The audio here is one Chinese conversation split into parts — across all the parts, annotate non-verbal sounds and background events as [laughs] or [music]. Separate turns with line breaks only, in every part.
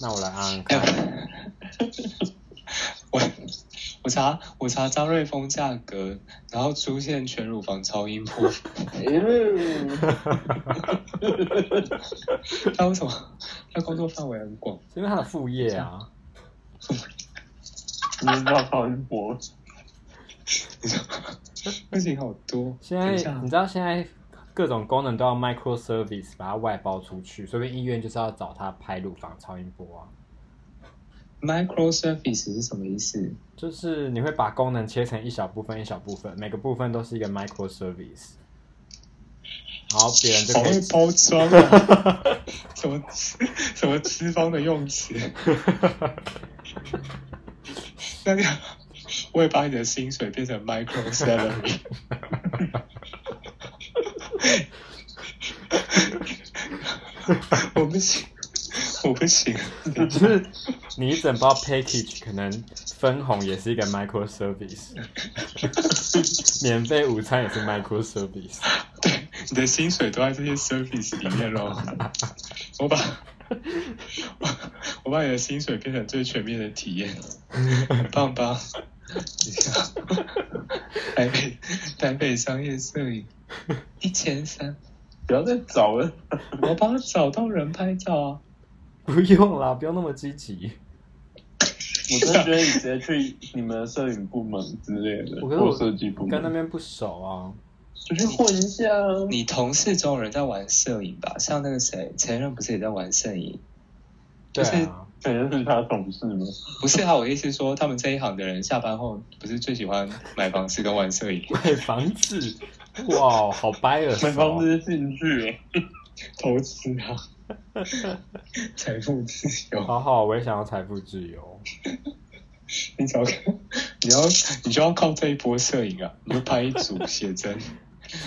那我来按按看。
我 [laughs] 我查我查张瑞峰价格，然后出现全乳房超音波，
哎
他为什么？他工作范围很广，
是因为他的副业啊，
你知道超音波？
你知道吗？事情好多。
现
等
在
一下
你知道现在各种功能都要 micro service 把它外包出去，所以医院就是要找他拍乳房超音波啊，
micro surface 是什么意思？
就是你会把功能切成一小部分一小部分，每个部分都是一个 micro service，然后别人就
好
可
会
以
包装啊！
[laughs]
什么什么资方的用词？那个，我也把你的薪水变成 micro
[laughs]
salary。我不行，我不行。
就是你一整包 package 可能分红也是一个 micro service，免费午餐也是 micro service，
对，你的薪水都在这些 service 里面喽。我把，我我把你的薪水变成最全面的体验，很棒吧？ [laughs] 等一下，台
[laughs]
北台北商业摄影一千三，
不要再找了，
我帮他找到人拍照啊！
[laughs] 不用啦，不用那么积极。
我真的觉得你直接去你们的摄影部门之类的，
我跟我
或设计
嗯
部
跟那
门，
边不熟啊，
我去混一下啊。
你同事中有人在玩摄影吧？像那个谁，前任不是也在玩摄影？
对
就是
啊，
可能哎是他同事吗？
不是啊，我意思说，他们这一行的人下班后不是最喜欢买房子跟玩
[laughs]
摄影，
买房子，啊哇，好 bias，、
买房
哦、
子的兴趣欸，
投资啊，
[laughs]
财富自由。
好好，我也想要财富自由。
你找个，你要你就要靠这一波摄影啊，你就拍一组写
[laughs]
真，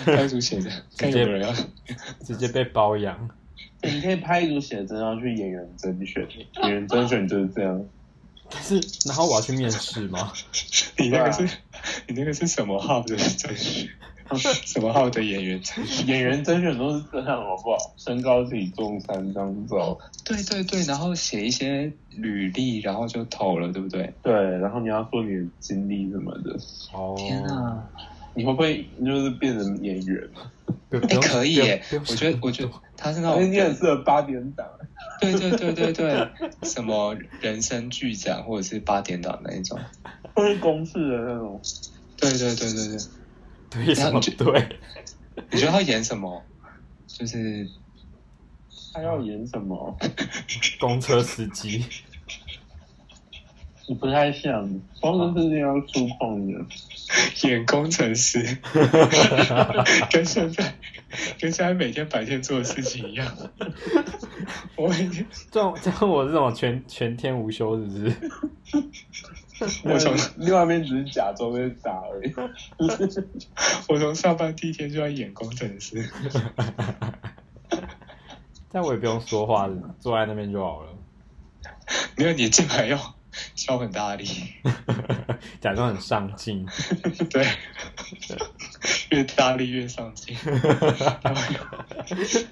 拍一组写真，看有没有人要。
直接被包养，
你可以拍一组写真，然后去演员甄选， [laughs] 演员甄选就是这样。
但是然后我要去面试吗？
你
啊
那个是， [laughs] 你那个是什么号的 [laughs] 甄选？
嗯
什么号的演员甄选？
演员甄选都是这样，好不好？身高体重三张照，
[laughs] 对对对，然后写一些履历，然后就投了，对不对？
对，然后你要说你的经历什么的，
哦，
天啊！
你会不会就是变成演员？
不，不
哎、
用
可以耶！
不用不用
我觉得
想，
我觉得他是那
[laughs] 那
哎
种
你很适合八点档， [laughs]
对对对对对，什么人生剧展或者是八点档那一种。
或是公式的那种。
对对对对
[laughs]
对，
对什么
你觉
对？
你觉得他演什么？就是
他
嗯
要演什么？
公车司机，
你不太像，光是那要触碰的。
[laughs] 演工程师，
[laughs]
跟现在跟现在每天白天做的事情一样。 [laughs] 我每天
这种这样我这种全全天无休是不是？
我从
[laughs] 另外一边只是假装在打而已。
[laughs] 我从上班第一天就要演工程师，
但我也不用说话，坐在那边就好了， [laughs]
没有你进来要消很大力， [laughs]
假装很上进。 [laughs]
对，越大力越上
[laughs]
进。他会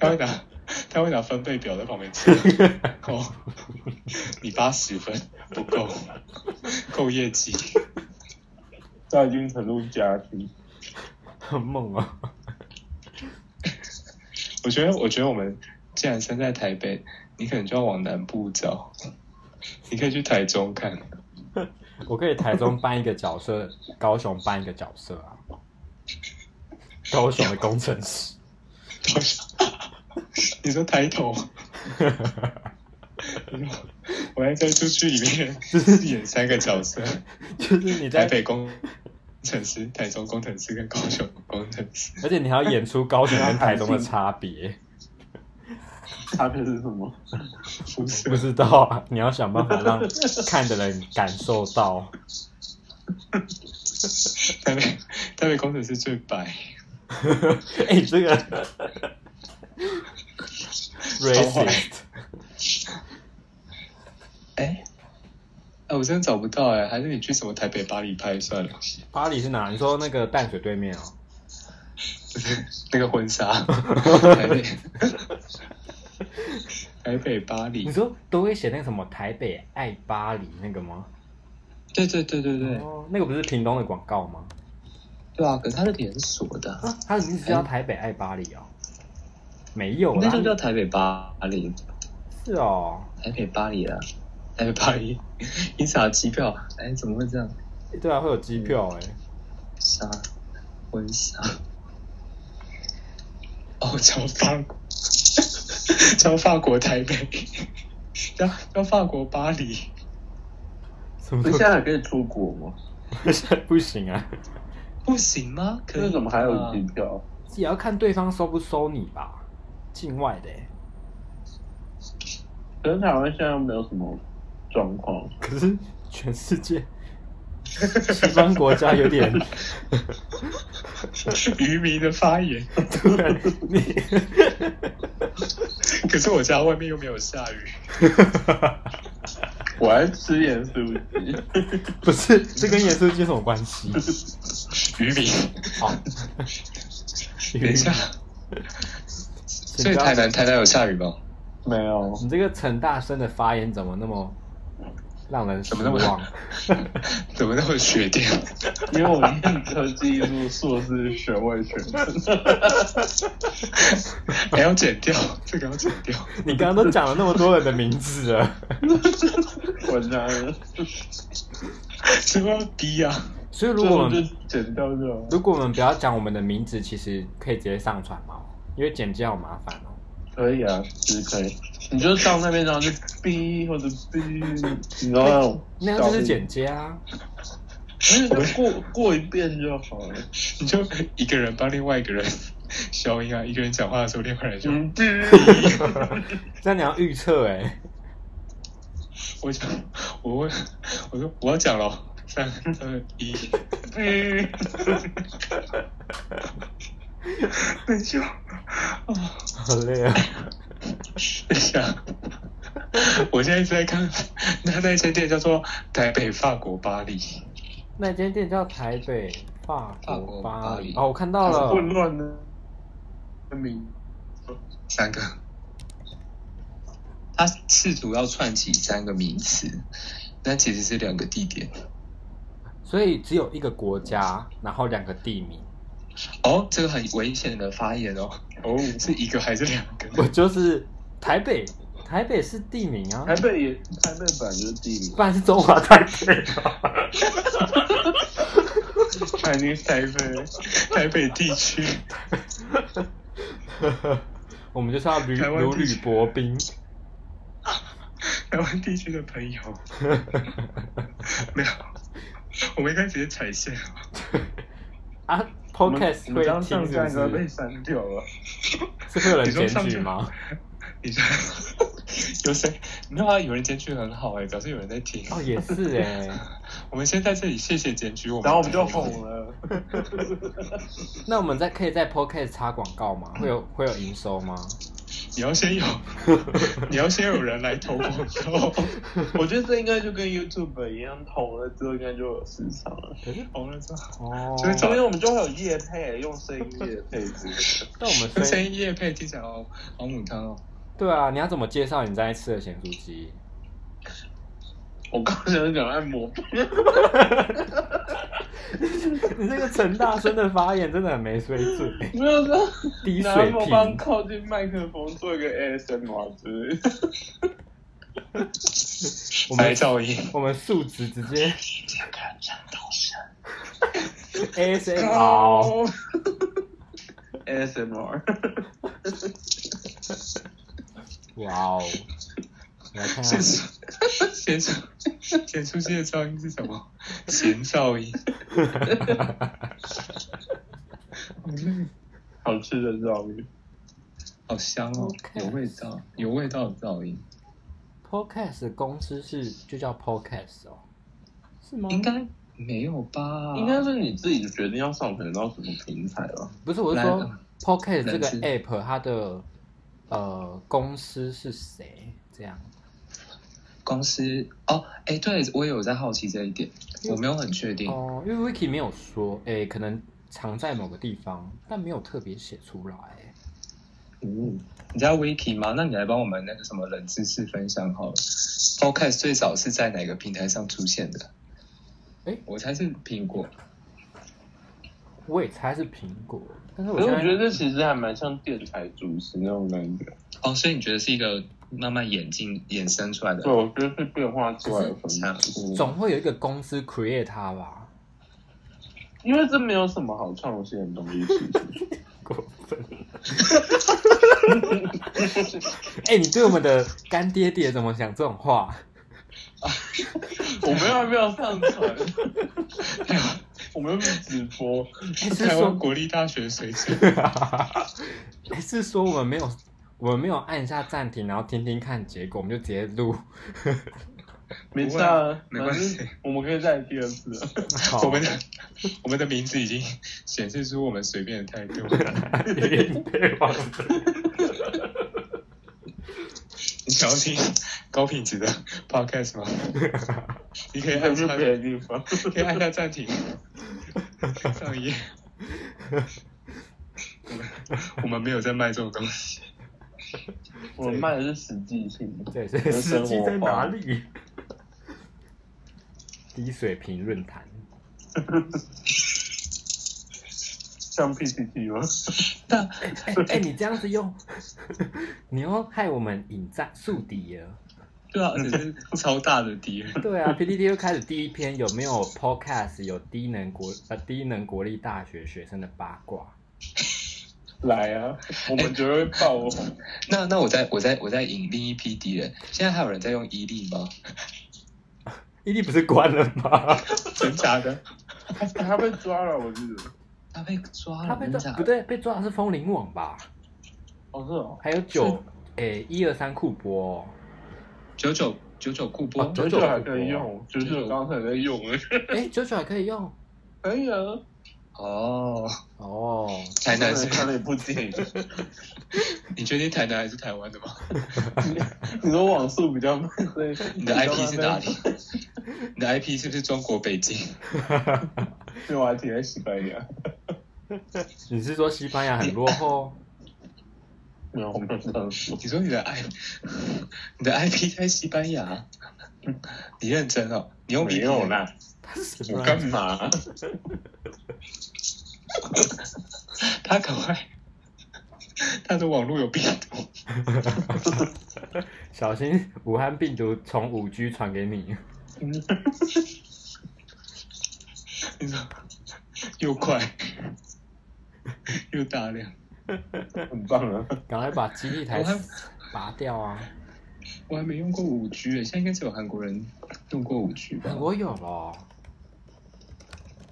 他会拿他会拿分贝表在旁边测，哦，你八十分不够，够业
[laughs]
绩。
他已经沉入家庭，
很猛啊！
我觉得，我觉得我们既然身在台北，你可能就要往南部找，你可以去台中看。
我可以台中搬一个角色，高雄搬一个角色啊。高雄的工程师， [laughs]
高雄 [laughs] 你说抬头，我还在出去里面演三个角色：
就是你
台
在，
北工程师、台中工程师跟高雄工程师。
而且你还要演出高雄跟台中的差别，
差别是什
[laughs]
么？
辐射
不知道啊，你要想办法让看的人感受到。 [laughs]
台北台北工程师最白，
哎、这
[laughs]
个 racist，
哎、哎，我真的找不到哎、还是你去什么台北巴黎拍算了，
巴黎是哪？你说那个淡水对面哦？ [laughs]
那个婚纱，台北 [laughs] 台北、巴黎
你。说都会写那个什么台北爱巴黎那个吗？
对对对对对，
哦，那个不是屏东的广告吗？
对啊，可是它是连锁的啊，
啊，它的名字叫台北爱巴黎哦。没有
那
啦
就，叫台北巴黎，
是哦。
台北巴黎啊， [laughs] 台北巴黎， [laughs] 你查机票，哎，怎么会这样？
对啊，会有机票
嗯
哎、
杀婚纱， [laughs] 哦，叫法国， [laughs] 叫法国台北， [laughs] 叫叫法国巴黎，
什么都
那现在还可以出国吗？
[laughs] 不行啊，
不行吗？可以吧？
那怎么还有机票？
也要看对方收不收你吧。境外的、欸，
可是台湾现在没有什么状况，
可是全世界
[laughs]
西方国家有点，
[laughs]
[laughs]
渔民的发言？ [laughs]
对，啊你， [laughs]
可是我家外面又没有下雨， [laughs]
我还吃盐酥鸡。
[laughs] 不是这跟严肃有什么关
[laughs]
系？
渔
[laughs]
民。
哦，
等一下，所
请
以
不要
台南台南有下雨
[laughs]
吗？
没有，
[laughs] 你这个陈大生的发言怎么那么让人失
怎么那么
望？
怎么那么雪啊天？
因为我念科技艺术硕士学位学生，
还要剪掉，这个要剪掉。
你刚刚都讲了那么多人的名字了，
我拿了，
这个要逼啊！
所以如
最
果我
后就
们
剪掉就好。
如果我们不要讲我们的名字，其实可以直接上传嘛，因为剪辑好麻烦哦。
可以啊，其实可以。你就到那边，然后就哔或者哔，你知道那种
哎那样就是剪接
[laughs]
啊，
那就过过一遍就好了。
你就一个人帮另外一个人消音啊，一个人讲话的时候，另外人就、
嗯，哔，
这样你要预测哎，
我讲，我问，我说我要讲了，三二一，
哔，
等一下，哦，
好累啊。
等一下，我现在一直在看那那一间店叫做台北法国巴黎，
那间店叫台北法
法
国
国
巴
巴
黎
黎
哦，我看到了，
混乱的名。
三个。他试图要串起三个名词，但其实是两个地点。
所以只有一个国家，然后两个地名。
哦，这个很危险的发言哦，
哦，
是一个还是两个？
我就是台北，台北是地名啊，
台北也台北本来就是地名
不然是中华台北啊。
[laughs]
，Chinese 台北，台北地区。
我们就是要如
台湾
如
地
履
区
薄冰。
台湾地区的朋友，没有，我们应该直接踩线啊！
啊
我们
，Podcast
我们
会
这样
停
上架应
是
该
不
被
是？
删掉了。
[laughs] 是会有人
你说
检
上
举
架
吗？
你这有谁？没有啊？有人检举很好哎、表示有人在听。
[laughs] 哦，也是哎、
我们先在这里谢谢检举我们，
然后我们就红。了。
那我们在可以在 Podcast 插广告吗？会有会有营收吗？
你要先有， [laughs] 你要先有人来投广告，
我觉得这应该就跟 YouTube 一样，红了之后应该就有市场了。
可是
红了之后，
哦，
所以
所
找
以我们就会有夜配，用声音夜配之类的。
那我
那
们
声
先
音夜配听起来好好母汤哦。
对啊，你要怎么介绍你在吃的咸酥鸡？ [laughs]
我刚才想讲哎按摩，
你这个陈大生的发言真的很没水准、
[laughs]
欸，
没有说
低
拿
水
魔棒
平。
靠近麦克风做一个 ASMR 之类的。
我
白
们
噪音，
我们数值直接
想看山东省， [laughs]
ASMR。
ASMR，
哇哦！你来看看
先，
[laughs]
出先出先出现的噪音是什么？咸噪音。
好吃的照片。
好香哦
OK
有味道，有味道的噪音，
Podcast 的公司是就叫 Podcast 哦，是吗？
应该没有吧？
嗯应该是你自己决定要上传到什么平台了。
不是，我是说
嗯
来
Podcast 这个
来自
app 它的呃公司是谁？这样
公司哦，哎，对我也有在好奇这一点，
因为
我没有很确定。
哦，因为 Wiki 没有说，哎，可能藏在某个地方，但没有特别写出来。
嗯，你知道 Wiki 吗？那你来帮我们那个什么冷知识分享好了。Podcast 最早是在哪个平台上出现的？
诶
我猜是苹果。
我也猜是苹果，但是我
可是
现
我
在
觉得这其实还蛮像电台主持那种感觉。
哦，所以你觉得是一个慢慢演进衍生出来的
对，？我觉得是变化出来的分
像
支。
总会有一个公司 create 它
[laughs]
吧？
因为这没有什么好创新的东西。其实
过分！ [laughs] 哎、你对我们的干爹爹怎么讲这种话？
我们要不要上 [laughs] 传？我们又不是直播，
哎是
台湾
说，
国立大学水准。
[laughs] 哎是说我们没有，我们没有按下暂停，然后听听看结果，我们就直接 [laughs] 录。
没事啊，
没关系
反正我们可以再来第二次。
[laughs]
啊 [laughs]
好啊
我们的我们的名字已经显示出我们随便的态度。
对吧
你想要听高品质的 podcast 吗？你可以
还
按
是
下，
别的地 [laughs] 方。
可以按下暂停。上一页。我们我们没有在卖这种东西。
我们卖的是实际性
[laughs]
的。
对，所以时机在哪 [laughs] 里？低水平论坛，
像 PPT 吗？
但
[laughs] 哎、哎你这样子用，你又害我们引战树敌了。
对啊，而且是超大的敌
[laughs]
人。
对啊，PPT 又开始第一篇有没有 Podcast 有低能国呃低能国立大学学生的八卦？
来 [laughs] 啊，我们绝对会爆哦！
那那我再我再我再引另一批敌人。现在还有人在用伊利吗？
伊利不是关了吗？
真假的？
[laughs] 他被抓了，我记得。
他被抓了，
他被
真
抓
假
不
的？
对，被抓的是风铃网吧？
哦，是哦。
还有九诶一二三库播、 [laughs] 哦，
九九九九库波
哦，
九九还可以用，九九刚才在用哎，
哎九九还可以用
[laughs] 可以啊。
哦，
哦。
台南是？
看了一部电影， [laughs]
你确定台南还是台湾的吗？
你说网速比较慢， [laughs] 所以
你的 IP 是哪里？你的 IP 是不是中国北京？
没有，我还挺在西班牙。
[laughs] 你是说西班牙很落后？
没有，我没有这样说。
你说你的 I，你的 IP 在西班牙？你认真哦？你用
没
VPN
有？啦，
他是什
我
么？
干嘛？
[laughs] 他赶快，他的网络有病毒。
小心武汉病毒从五 G 传给你。
你说又快又大量。
[laughs] 很棒啊！
赶快把基地台
武汉
拔掉啊！
我还没用过五 G 诶，现在应该只有韩国人用过五 G 吧
韩？国有咯，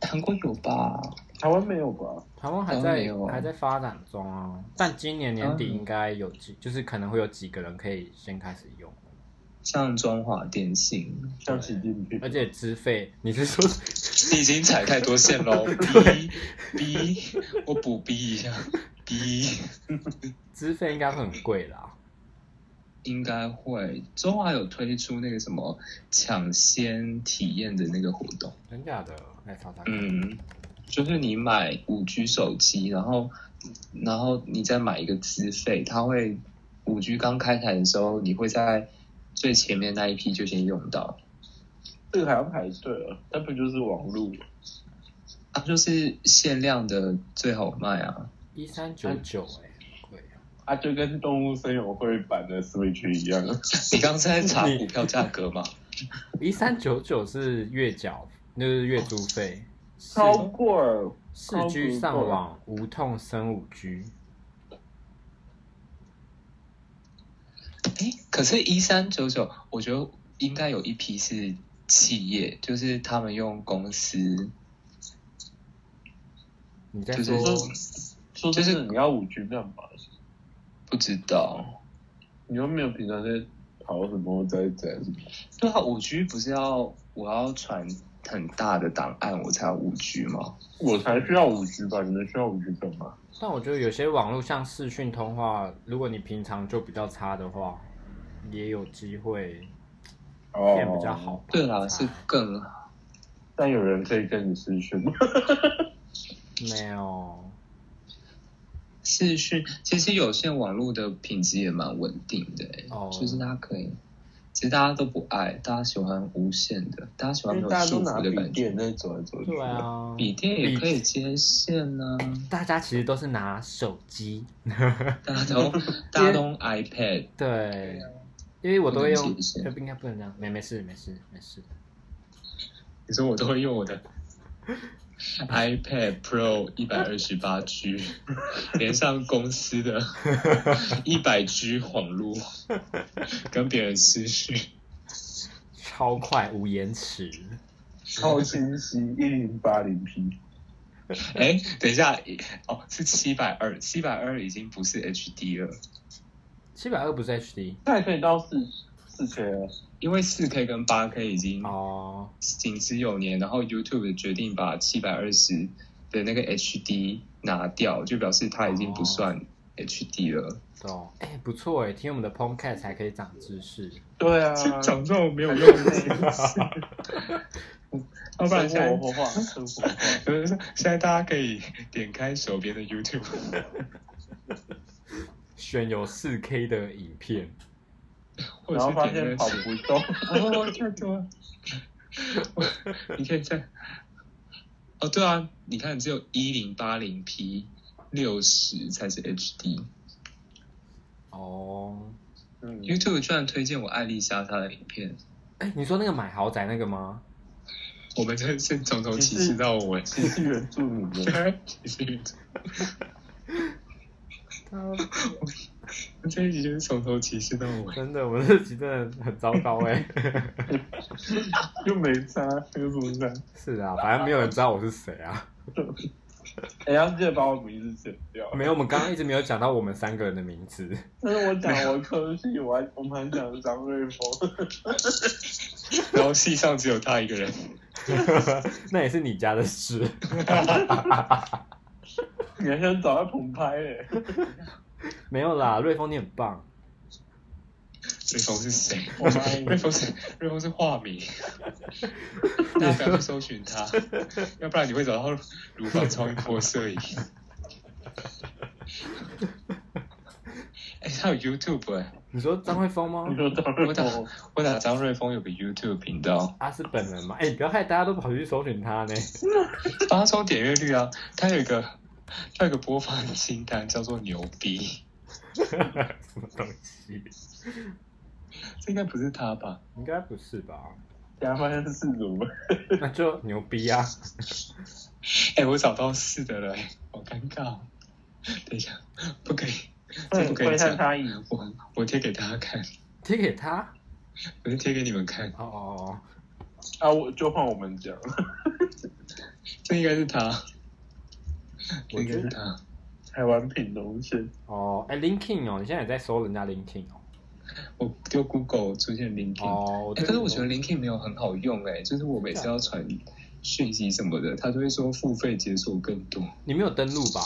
韩国有吧？
台湾没有吧？
台湾还
台湾
在
没有啊
还在发展中啊，但今年年底
嗯
应该有几，就是可能会有几个人可以先开始用，
像中华电信，
像习近平
而，且资费，你是说
你 [laughs] 已经踩太多线 [laughs] 喽。B B，我补 B 一下，B
资费应该会很贵啦？
应该会。中华有推出那个什么抢先体验的那个活动，
真假的？来查查看。
嗯，就是你买五 G 手机，然后然后你再买一个资费，它会五 G 刚开台的时候，你会在最前面那一批就先用到。
这个还要排队啊？那不就是网路？
它啊就是限量的最好卖 [laughs] 啊！
一三九九
嗯
哎，贵啊。
啊，就跟动物森友会版的 Switch 一样，
你刚才在查
你
股票价格吗？
一三九九是月缴，就是月租费。四
超贵。
四 G 上网无痛升五 G，
哎，可是，一三九九，我觉得应该有一批是企业，就是他们用公司，
你在
就是
说
说真的，你要五 G 干嘛？
不知道。
你又没有平常在跑什么在在什么？
对啊，五 G 不是要我要传很大的档案我才有五 G 吗？
我才需要五 G 吧？你们需要五 G 干嘛？
但我觉得有些网络像视讯通话，如果你平常就比较差的话，也有机会
哦
变比较好。吧。
对
啊
啦，是更
但有 [laughs] 人可以跟你私讯吗？
没有。
视讯，其实有线网络的品质也蛮稳定的、欸，
哦
就是它可以。其实大家都不爱，大家喜欢无线的，大家喜欢
因
没
为
有
大家都
束
拿
缚的
笔
感觉。
电在走来
嗯
走去。
对，啊，
笔电也可以接线啊呐、
大家其实都是拿手机，
大家
[laughs]
都大家都用 iPad，
对，
啊
因为我都会
不
用
能解，释
呃应该不能这样，没没事没事没事，
你说我都会用我的 iPad Pro 一百二十八 G，连 [laughs] 上公司的一百 G 网路，跟别人私讯。
超快无延迟，
超清晰，一零八零 P。
哎，等一下，哦，是七百二，七百二已经不是 HD 了，
七百二不是 HD
那也可以到四四千啊，
因为四 K 跟八 K 已经
哦，
行之有年，然后 YouTube 决定把七百二十的那个 HD 拿掉，就表示它已经不算 HD 了。
懂，哎，不错哎，听我们的 Podcast 还可以长知识，
对啊，
这种没有用的事， [laughs] 要不然现
生
在
活化，生活化。
有人说现在大家可以点开手边的 YouTube，
选有四 K 的影片，
或
[laughs] 然
者
后
是
发
点
现
那 [laughs]
跑
个
不动， [laughs]
哦，太多了。 [laughs] 我你可以在哦，对啊，你看只有一零八零 P 六十才是 HD。
哦，
嗯，
YouTube 居然推荐我艾丽莎她的影片，
哎，你说那个买豪宅那个吗？
我们真是从头歧视到尾。
你是原住民的，
[laughs] 其实我这一集就是从头歧视到尾。
真的，我们这集真的很糟糕哎。
[laughs] 又没差，又不差。
是啊，反正没有人知道我是谁啊。
哎，要记得把我名字剪掉。
没有，我们刚刚一直没有讲到我们三个人的名字。
但是我讲我科系，我还我们还讲张瑞峰， [laughs]
然后戏上只有他一个人，
那也是你家的事。
你还想找他捧拍嘞？
没有啦，瑞丰你很棒。
瑞丰是谁？
我妈耶
瑞丰是瑞丰是化名，大家不要去搜寻他，要不然你会找到乳房超音波摄影。哎、他有 YouTube 哎、
你说张惠峰吗
你？说张瑞 [laughs] 峰，
我打张瑞丰有个 YouTube 频道，
他是本人吗？哎、你不要害大家都跑去搜寻他呢。
帮他冲点阅率啊。他有一个他有一个播放清单叫做牛逼，
[laughs] 什么东西？
这应该不是他吧？
应该不是吧？
等下发现是主播，
那就牛逼啊！
哎、我找到四的了、哎好尴尬。等一下，不可以，这不可以
[laughs] 会
讲
看。他赢。
我我贴给大家看，
贴给他？
我是贴给你们看，
哦哦哦，
啊，我就换我们讲， [laughs]
这应该是他，
我
这应该
觉
是
得
他。
台湾屏东县，
哦，哎、l i n k i n 哦，你现在也在搜人家 LinkedIn 哦。
我丢 Google 出现 LinkedIn，、
哦，
哎可是我觉得 LinkedIn 没有很好用哎、就是我每次
啊
要传讯息什么的，他都会说付费解锁更多。
你没有登录吧？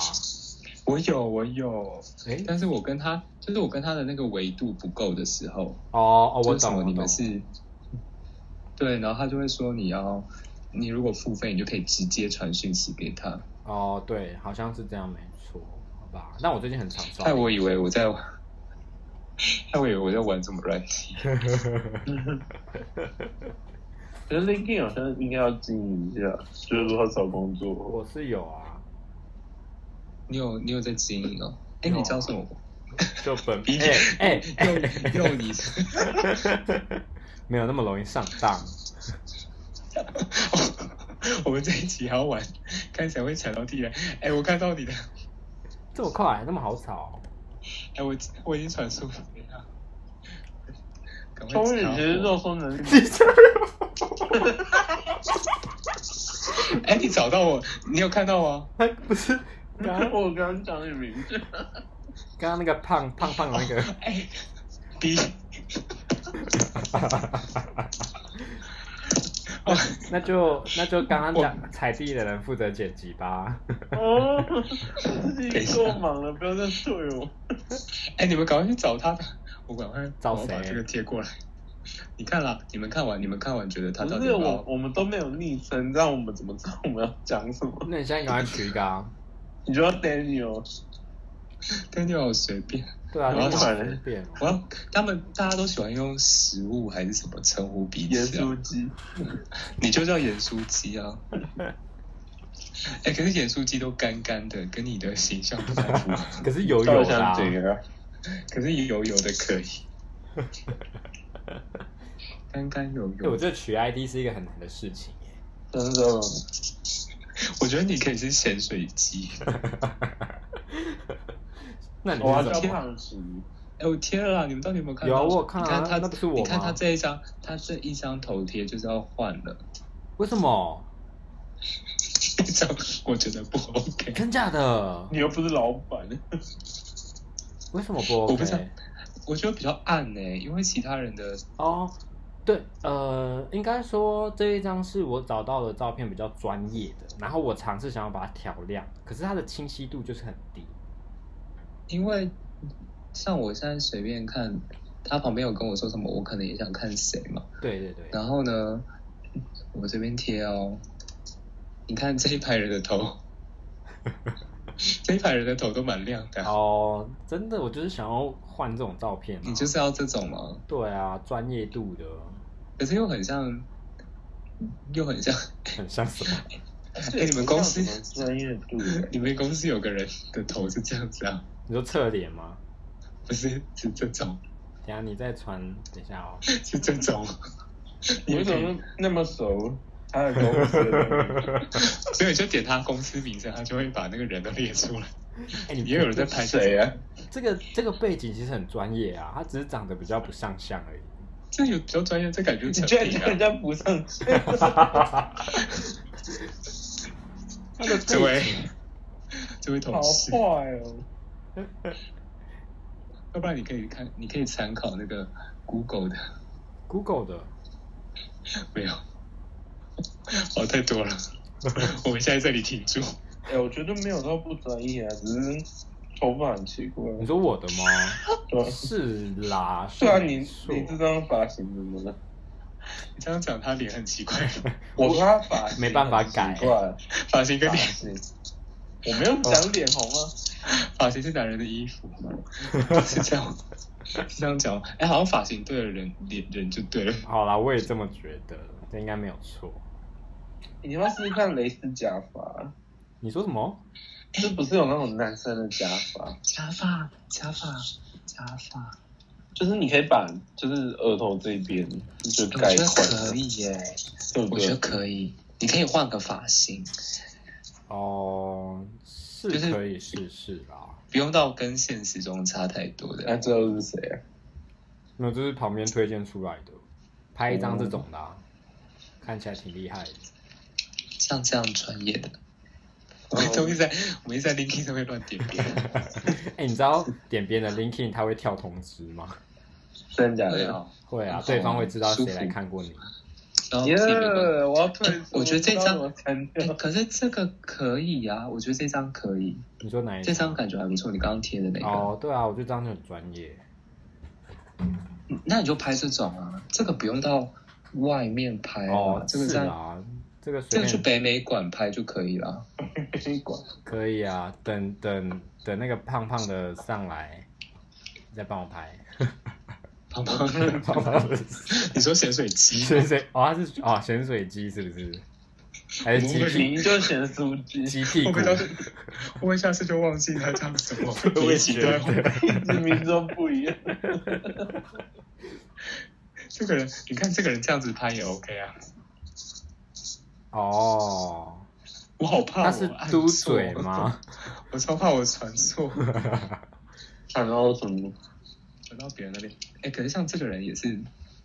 我有，我有，
哎、
但是我跟他就是我跟他的那个维度不够的时候，
哦哦，
就
我
是什
懂
么
我
你
懂
们。是，对，然后他就会说你要，你如果付费，你就可以直接传讯息给他。
哦，对，好像是这样，没错，好吧。但我最近很常刷
害，哎我以为我在，哎害我以为我在玩什么软体。
可是 LinkedIn 好像应该要经营一下，就是说他找工作，
我是有
[laughs]
啊，
你有你有在经营哦？哎、
有啊
你叫什么？
就本哎哎哎，
又又你，
没有那么容易上当。
[laughs] 我们这一集还要玩，看谁会踩到地雷。哎、我看到你的，
这么快，那么好
[laughs]
吵，
哎、我我已经传输了。赶快
聪明
查我
其实肉搜能
[laughs]
力，
哎、你找到我，你有看到吗？
不是刚刚
我刚刚讲你名
[laughs]
字，
刚刚那个胖胖胖的那个，
哎、b 哦，
那就那就刚刚讲踩地的人负责剪辑吧。
哦，自己够忙了，不要再对我。
哎、你们赶快去找他，我赶快
找
我把
谁
这个贴过来。你看啦，你们看完，你们看完觉得他到
不
底
是
有没
我，
有？
我们都没有昵称，这样我们怎么知道我们要讲什么？ [laughs]
那你现在赶快取一个啊，
你就要 Daniel，
但你好随便。
[laughs] 对啊，
然后
你
突
好
然
随便哦。
我要他们大家都喜欢用食物还是什么称呼彼
盐
此、啊？
酥鸡，
你就叫盐酥鸡
[laughs]
啊。哎、可是盐酥鸡都干干的，跟你的形象不太符合。
[laughs] 可是油
到
油
底
的、
想
啊，
怎样？
可是油油的
[laughs]
可以，干干油
对，我
油。
觉得取 ID 是一个很难的事情耶。
真的，
我觉得你可以是咸水
[laughs]
鸡。
那你
我要
是
叫
怎么？
胖子，
哎、我贴了啦，你们到底有没有看
有
到？
啊我有看啊
你看他，
那不是我吗
你看他这一张，他这一张头贴就是要换了， [laughs]
为什么？
这张我觉得不 OK。
真假的？
你又不是老板，
为什么不
我不知道
OK？
我觉得比较暗呢、因为其他人的
哦，对，呃，应该说这一张是我找到的照片比较专业的，然后我尝试想要把它调亮，可是它的清晰度就是很低。
因为像我现在随便看，他旁边有跟我说什么，我可能也想看谁嘛。
对对对，
然后呢，我这边贴哦，你看这一排人的头，这一排人的头都蛮亮的啊。
哦，真的，我就是想要换这种照片、啊。
你就是要这种吗？
对啊，专业度的，
可是又很像，又很像。
很像什
[laughs]
么？
[laughs] 哎、你们公
[laughs]
司，
专业度，
你们公司有个人的头是这样子啊？
你说侧脸吗？
不是，是这种，
等一下你再传，等一下
[laughs]
哦。
是这种。
你为什么那么熟？ [laughs] 他的公司的人，
所以就点他公司名称，他就会把那个人都列出来。
哎、你
也有人在拍这
谁
种
啊？
这个这个背景其实很专业啊，他只是长得比较不上相
[laughs]
而已。
这有比较专业，这感觉
你 [laughs]
成
居然
品
叫人
啊。
家不上去？
他的背
这位
景，
[laughs] 这位同
好
事，
坏哦！
要不然你可以看，你可以参考那个 Google 的，
Google 的，
没有， [laughs] 哦，太多 [laughs] 了。我们现在这里停住。
[laughs] 哎、我觉得没有到不专业啊，只是头发很奇怪。
你说我的吗？
对啊
是啦，
[laughs]
是
对啊，你
没错
你这张发型怎么了？
你这样讲，他脸很奇怪， [laughs]
我说他发型
没办法改
很奇怪
发型跟
发
脸，
型，我没有讲脸啊好吗？
发型是男人的衣服，是这样，是这样讲吗。哎、好像发型对了人，脸人就对了。
好啦，我也这么觉得，这应该没有错。
你要试试看蕾丝假发，
你说什么？
这不是有那种男生的假发，
假发，假发，假发，
就是你可以把就是额头这边就
我觉
盖一
得
块，
可以耶、
对不
我觉得
对？
可以。你可以换个发型，
哦，是
就是
可以试试啦。
不用到跟现实中差太多
那
嗯
的。
最后是谁啊？
没有，这是旁边推荐出来的，拍一张这种的啊、看起来挺厉害的。
像这样专业的，我
哦 [laughs]
们都一直在，我们一直在 LinkedIn 上面乱点别人。
哎、你知道点边的 LinkedIn 它会跳通知吗？
真的假
对
的？
啊，
会啊，
哦
对方会知道谁来
舒服
看过你。
然后自
耶
己没关系
我要退出。
我觉得这张
我删
哎
掉。
可是这个可以啊，我觉得这张可以，
你说哪一
这张感觉还不错。你刚刚贴的那个，
哦，对啊，我觉得这样就很专业。
那你就拍这种啊，这个不用到外面拍啊，
哦，
这个
是
在、
啊，这个
这
随
个去
便
北美馆拍就可
[laughs]
以了。
你管
可以啊。等等等那个胖胖的上来，再帮我拍。 [laughs]
胖胖，
胖胖的
[laughs] 你说咸水鸡，
潜水哦，他是哦咸水鸡是不是？还是鸡屁
你就选酥
[laughs]
鸡，
鸡 [laughs] 屁
会
股
不？会到时会不会下次就忘记他叫什么？
[laughs] 我也
奇
觉
怪
得，
你名字都不一样。
这个人，你看这个人这样子拍也 OK 啊。
哦，
我好怕我
他是
按
嘟
错
嘴？吗？
[laughs] 我超怕我传错，
看到什么？
传到别人那边。哎、可是像这个人也是，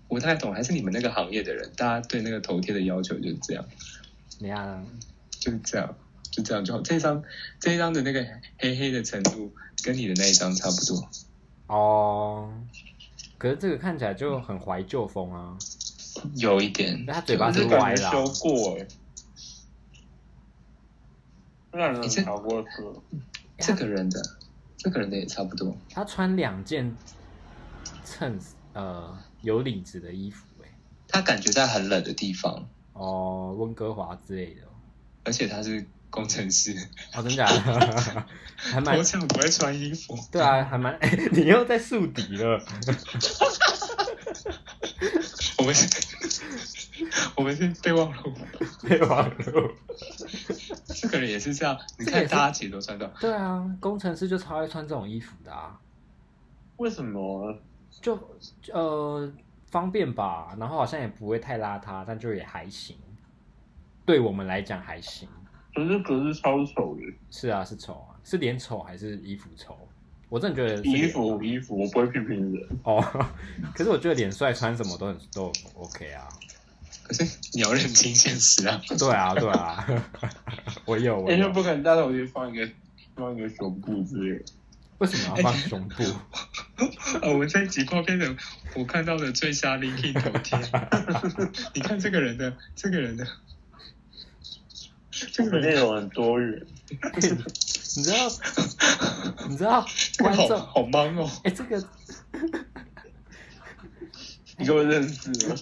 我不太懂，还是你们那个行业的人，大家对那个头贴的要求就是这样，
[laughs] 你看，
就是这样，就这样就好。这张这一张的那个黑黑的程度跟你的那一张差不多。
哦，可是这个看起来就很怀旧风啊。
有一点，
他嘴巴
这
啊
是歪
感觉
啦，
修过哎，让人
你这
逃过去了。
这个人的，这个人的也差不多。
他穿两件衬呃有领子的衣服哎、
他感觉在很冷的地方，
哦，温哥华之类的。
而且他是工程师，
哦， [laughs] 真假的？还蛮
我想不会穿衣服，
对啊，还蛮、 [laughs] 你又在树敌了。
我们是， [laughs] 我们是备忘录。
备忘录。
这个人也是这样，你
这个也
看
是
大家其实都穿到，
对啊，工程师就超爱穿这种衣服的啊，
为什么？
就呃方便吧，然后好像也不会太邋遢，但就也还行，对我们来讲还行。
可是可是超丑的，
是啊，是丑啊，是脸丑还是衣服丑？我真的觉得是
衣
脸
服衣服，我不会批评人。
哦， [laughs] 可是我觉得脸帅穿什么都很都 OK 啊。
可是你要认清现实啊！
对啊，对啊， [laughs] 我有我
[laughs] 哎，就
有。
不可能大头贴放一个放一个胸部之类的。
为什
哎
么要放胸
[laughs]
部？
[laughs] 哦，我们这一集快变成我看到的最瞎 linking 头贴。 [laughs] 你看这个人的，这个人的，这
这
个
个
人
内
的
容很多元，
你知道？你知道
这个
观
好
众？
好忙哦。
哎、这个
你根本认识
[laughs]
吗？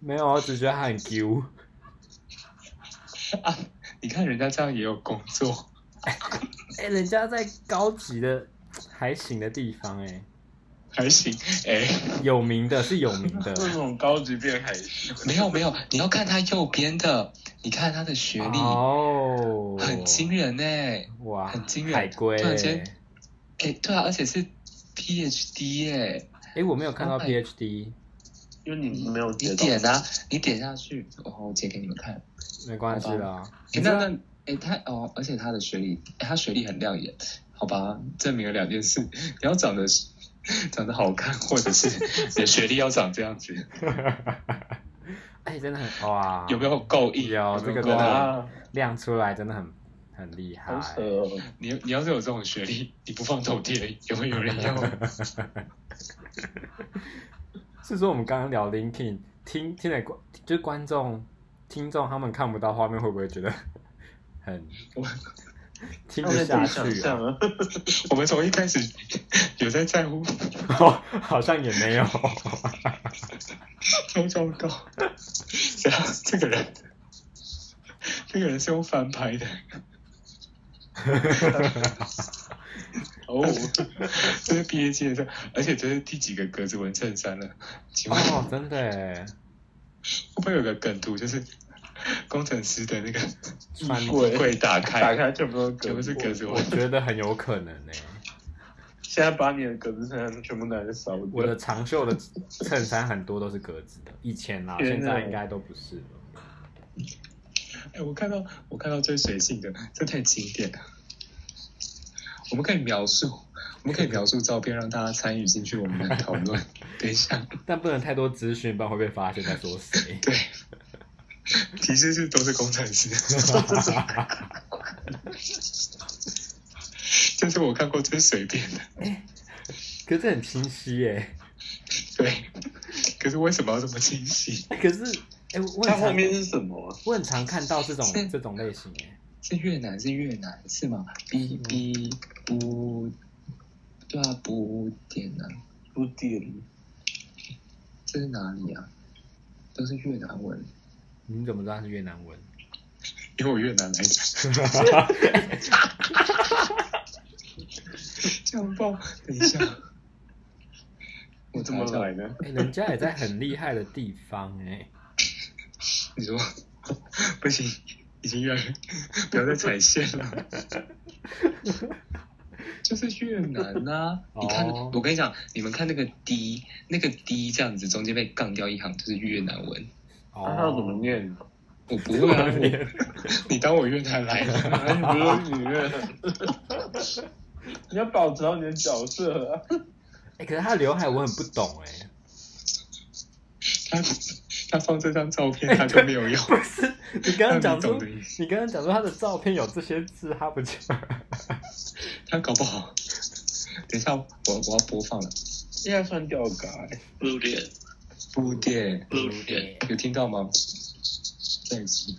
没有，我只觉得他很 Q。
啊，你看人家这样也有工作，
哎、人家在高级的还行的地方、
还行。哎、
哎，有名的是有名
[laughs]
的。
这种高级变还行。
没有没有，你要看他右边的，你看他的学历、
哦，
很惊人呢、
哇，
很惊人
海龟、
突然
哎
间、哎、对啊，而且是 PhD 耶、
哎我没有看到
Oh my-
PhD，、
因为你没有
你
接到
点啊，你点下去，哦，我截给你们看。
没关系啦。
哎、
你知
那
道
那，哎、他哦，而且他的学历，哎他学历很亮眼，好吧，证明了两件事：你要长得是长得好看，或者是你的学历要长这样子，
[laughs] 哎、真的很哇，
有没有够意？
有
没
这个
够意
真的
啊，
亮出来？真的很很厉害
好。扯哦！
你你要是有这种学历，你不放头贴，也会
[laughs]
有人要。
是说我们刚刚聊 LinkedIn，听听的观就是观众听众他们看不到画面，会不会觉得很
我
听不
他们
下
在想
去、啊
象？啊，
我们从一开始有在在乎，
哦， [laughs] 好像也
[laughs]
没有。
超糟糕。 [laughs] 然后这个人，这个人是用翻拍的，
哦，
这是毕业纪念册，而且这是第几个格子纹衬衫了？请问
[laughs] 哦，真的耶，
会不会有个梗图，就是工程师的那个
穿
对
柜打
打
开，
开全部都是
全部哎是格
格子
子
我
啊
纹？
觉得很有可能呢。
现在把你的格子衬衫全部拿去烧掉。
我的长袖的衬衫很多都是格子的，以前啦，
天
现
哪
在应该都不是了。
哎，我看到我看到最随性的，这太经典了。我们可以描述，我们可以描述照片，让大家参与进去我们的讨 [laughs] 论。等一下，
但不能太多资讯，不然会被发现在说谁。
对，提示是都是工程 [laughs] 师，这是我看过最随便的。
可是很清晰耶，
对，可是为什么要这么清晰？
可是哎、我我
它
很
后
常
面是什么啊？
我很常看到这种
是
这种类型哎。
是越南是越南是吗？b b 不，对啊，不点南，
不点，
这是哪里啊？都是越南文，
你怎么知道它是越南
[laughs]
文？
因为我越南来的。 [laughs] 强暴， [laughs] 等一下，
我怎么来？的？
哎、人家也在很厉害的地方哎、
你说 [laughs] 不行，已经越来越不要再踩线了。 [laughs] 就是越南呐、你看，
哦
我跟你讲，你们看那个 D，那个 D 这样子中间被杠掉一行，就是越南文。
哦， [laughs]
它啊要怎么？念？
我不会 [laughs] 啊，我你当我越南来的？
哎你不是女人，你要保持好你的角色啊！
哎、可是他刘海我很不懂哎、
[laughs] 他他放这张照片，他就没有用。
[laughs] 不是，你刚刚讲
他没
说
懂的意，
[laughs]
思
你刚刚讲说他的照片有这些字，他不就？
他搞不好，等一下我我要播放了。
现在算吊嘎、欸，
露脸，
[laughs] 不点，
露脸，
有听到吗？再一次，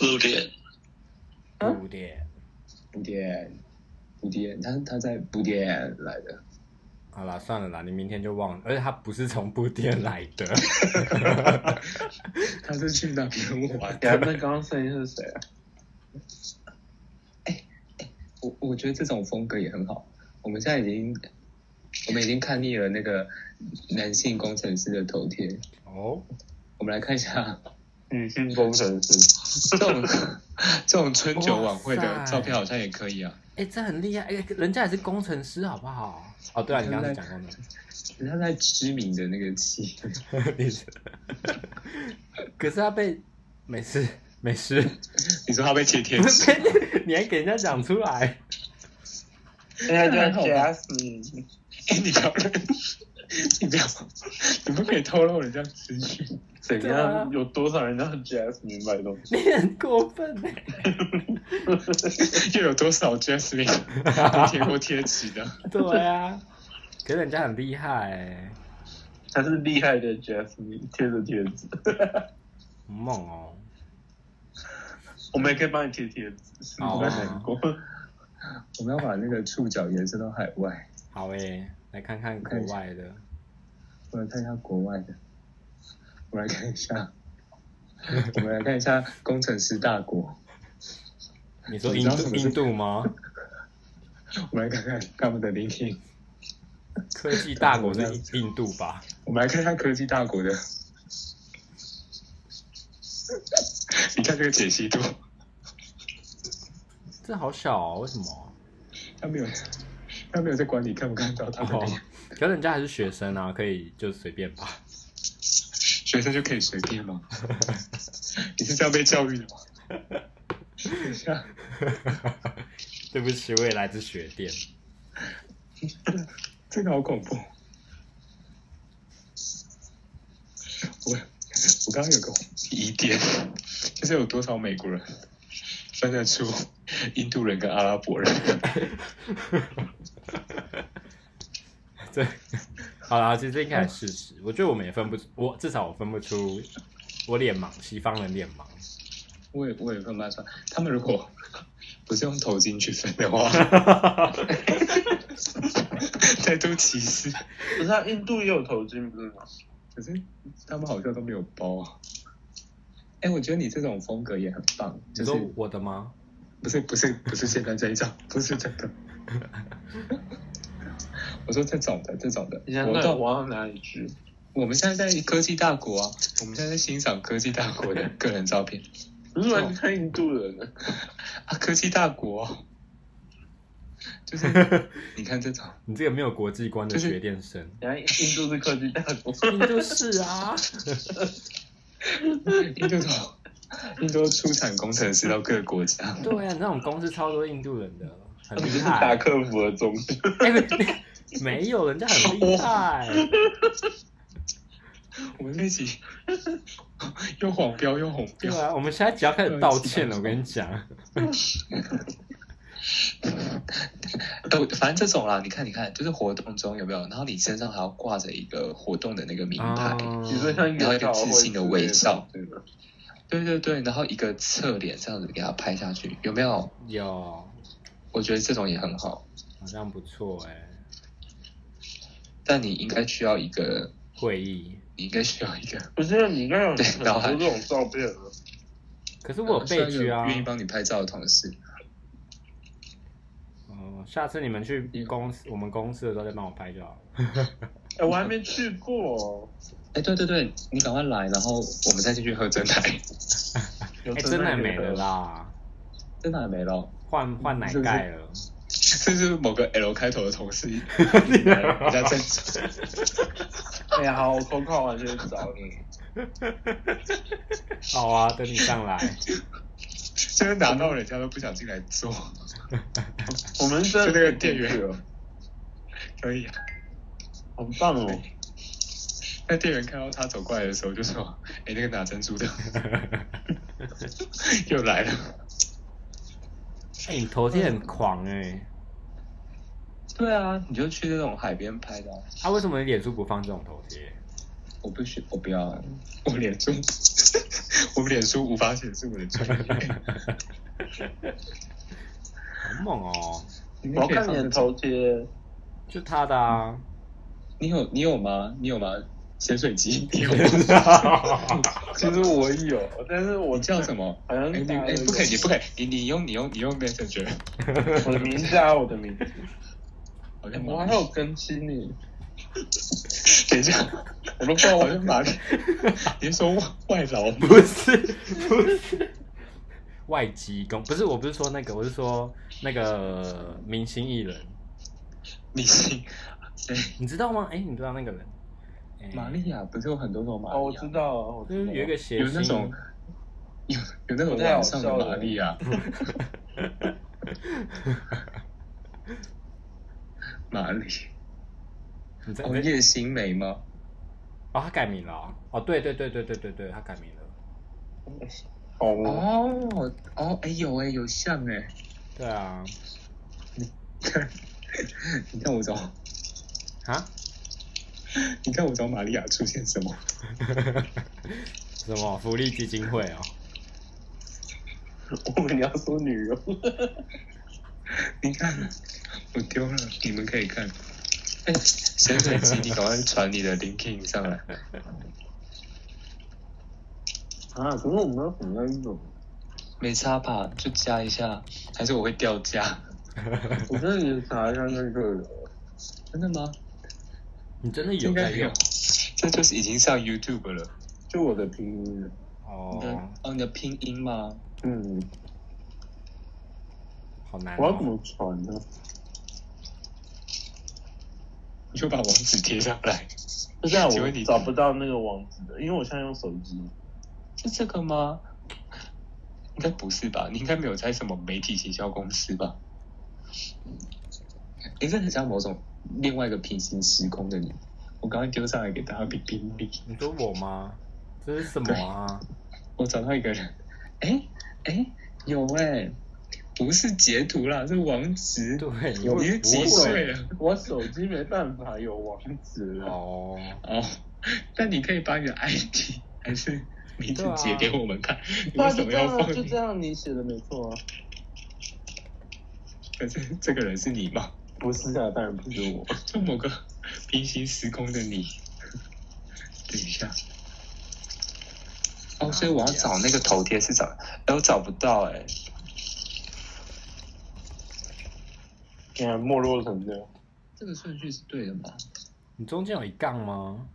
露脸，
五点，
不点，不点，他他在不点来的。
好啦，算了啦，你明天就忘了，而且他不是从布店来的，
他是去那边玩哎
你还问刚刚声音是谁啊？
我我觉得这种风格也很好。我们现在已经，我们已经看腻了那个男性工程师的头贴。
[laughs] 哦，
我们来看一下
女性工程师，
这种
这种春酒晚会
哇
的
塞
照片好像也可以啊。
哎、这很厉害，哎、人家也是工程师，好不好？哦，对啊，你刚刚是讲 [laughs] 工程师，
人家在知名的那个气，
你是可是他被没事没事，
[laughs] 你说他被切贴
不
纸，
[laughs]
是 [laughs] 你还给人家讲出来，
现在就要夹死你！
哎你不
[laughs]
要，你不要，你不可以透露人家资讯。
怎
对啊
样？有多少人让 Jasmine 买东西？
[laughs] 你很过分哎、
又有多少 Jasmine 都贴过贴纸的？
[laughs] 对啊，可是人家很厉害哎、
他是厉害的 Jasmine，贴着贴纸，
很猛哦。
我们也可以帮你贴贴纸，
好
不会难过。
[laughs] 我们要把那个触角延伸到海外。
好诶、来看看国外的，
我来看一下国外的，我来看一下，我们来看一下工程师大国。
你说
你
印
知道什
度
么是
印度吗？
[laughs] 我们来看看他们的 LinkedIn，
科技大国是印印度吧？
我们来看一下科技大国的。
你看这个解析度，
这好小哦，为什么？
他没有，他没有在管你看不看到他的
哦
脸。，
可是人家还是学生啊，可以就随便吧。 [laughs]
学生就可以随便吗？你是这样被教育的吗？
等一下，
对不起，我也来自学店。 [laughs]
这个好恐怖！我我刚刚有个
疑点，就是有多少美国人分得出印度人跟阿拉伯人？
这好啦，其实这应该是事实。我觉得我们也分不出，我至少我分不出，我脸盲，西方人脸盲。
我也我也分不出来，他们如
如
果 [laughs]
果不是用头巾去分的
[laughs]
话，再度歧视。
可是他印度也有头巾，不是吗？
可是他们好像都没有包啊。哎、我觉得你这种风格也很棒，
你
就
说
是
我的吗？
不是不
[laughs]
是不是现在这一张，不是这个。 [laughs] 我说这种的这种的，
你想
我
那
到
我往哪里去？
我们现在在科技大国啊，我们现在在欣赏科技大国
[laughs]
的个人照片
不是完全看印度人呢？
啊，科技大国啊、
[laughs]
就是你看这种，
你这个没有国际观的学店生，
人家印度是科技大
[laughs]
国，
你就是啊。
[laughs] 印度都印度都出产工程师到各个国家，
对啊，你那种公司超多印度人的，很
他们
厉
就是
害
达。克服的宗旨。
[laughs] 哎不没有，人家很厉 [laughs] 害。
我们一起
又黄标又红
对
标，
啊，我们现在只要开始道歉了，我跟你讲。
都反正这种啦，你看你看，就是活动中有没有？然后你身上还要挂着一个活动的那个名牌，
嗯
你说像元
然后一个
宵
自
会
信的微笑
之类的，
对对对，然后一个侧脸这样子给它拍下去，有没有？
有，
我觉得这种也很好，
好像不错哎。
但你应该需要一个，
会议，
你应该需要一个。
不是你应该有
对
很
然后还
多这种照片了。
可是我有
需要
被
一
拒啊
个。愿意帮你拍照的同事，
哦，下次你们去公司，我们公司的时候再帮我拍就好了。
哎，我还没去过，
哎，对对对，你赶快来，然后我们再进去喝真奶。 [laughs]
有
哎，真
的
奶没了，啦，
真奶没了，
换换奶盖了。
[laughs] 这是某个 L 开头的同事，比较正常。
哎呀，好，我口考完就去找你。
[laughs] 好啊，等你上来。
就是拿到人家都不想进来坐，
我们这
[laughs] 就那个店员可以啊。
很
[laughs]
棒哦，
那店员看到他走过来的时候就说：“哎、那个拿珍珠的 [laughs] 又来了。
哎，你头贴很狂哎，”
对啊，你就去那种海边拍的啊。
他为什么你脸书不放这种头贴？
我不许，我不要啊，我脸书， [laughs] 我脸书无法显示我的专 [laughs] 业。
好猛哦！
我要看你的头贴。
就他的啊，
你有你有吗？你有吗？
潜水机，
[laughs]
其实我有，但是我
你叫什么？
好像
哎、你哎、不可以，你不可以，你你用你用你用 Messenger，
我的名字啊，我
[laughs]
的名字，
好像
我
马
还有更新呢，
等一下，
我都不知道
好
我
[laughs]
像马，你是说外劳吗？
[laughs] 不是不是外籍工，不是我不是说那个，我是说那个明星艺人，
你信谁？
你知道吗？哎、你知道那个人？哎
玛利亚不是有很多种玛
哦，我
利
知
亚，
道了，我
就是有一个谐
有
星，
那种有有那种
不太好
晚上的
笑的
玛利
[laughs]
亚，玛丽，
你在
哦，
你在
叶新梅吗？
哦，他改名了哦，哦，对对对对对对对，他改名了，啊
哦，
哦哦，哎有哎有像哎，
对啊，
你看我找，
啊，
你看我找玛利亚出现什么？
[laughs] 什么福利基金会哦，
我们要说女
[laughs]
人，
你看我丢了，你们可以看。
哎、潜水机，你赶快传你的 LinkedIn 上来。
啊，可是我们要怎么样种？
没差吧？就加一下，还是我会掉价？
我这里查一下那个，
真的吗？
你真的有在用
这就是已经上 YouTube 了。
就我的拼音，
你的
哦，
哦，你的拼音吗？
嗯，
好难、哦，
我要怎么传呢？
你就把网址贴上来。
就这样
请问
我
你
找不到那个网址的，因为我现在用手机。
是这个吗？应该不是吧？你应该没有在什么媒体行销公司吧？
哎，这很像某种另外一个平行时空的你。我刚刚丢上来给大家评评理，
你说我吗？这是什么
[laughs]
啊？
我找到一个人，哎哎有哎，不是截图啦，是网址。
对，你
有
会
你是几岁啊？
我手机没办法有网址啊，
哦，
哦，但你可以把你的 ID 还是名字
对啊
截给我们看，你
那
为什
就
么
这
要
样啊，
放
就？这样，你写的没错啊。
可是这个人是你吗？
不是啊，当然不是我。
[laughs]
就某个平行时空的你。等一下，
哦，所以我要找那个头贴是找，哎，我找不到哎、
现在没落成这样，
这个顺序是对的吗？
你中间有一杠吗？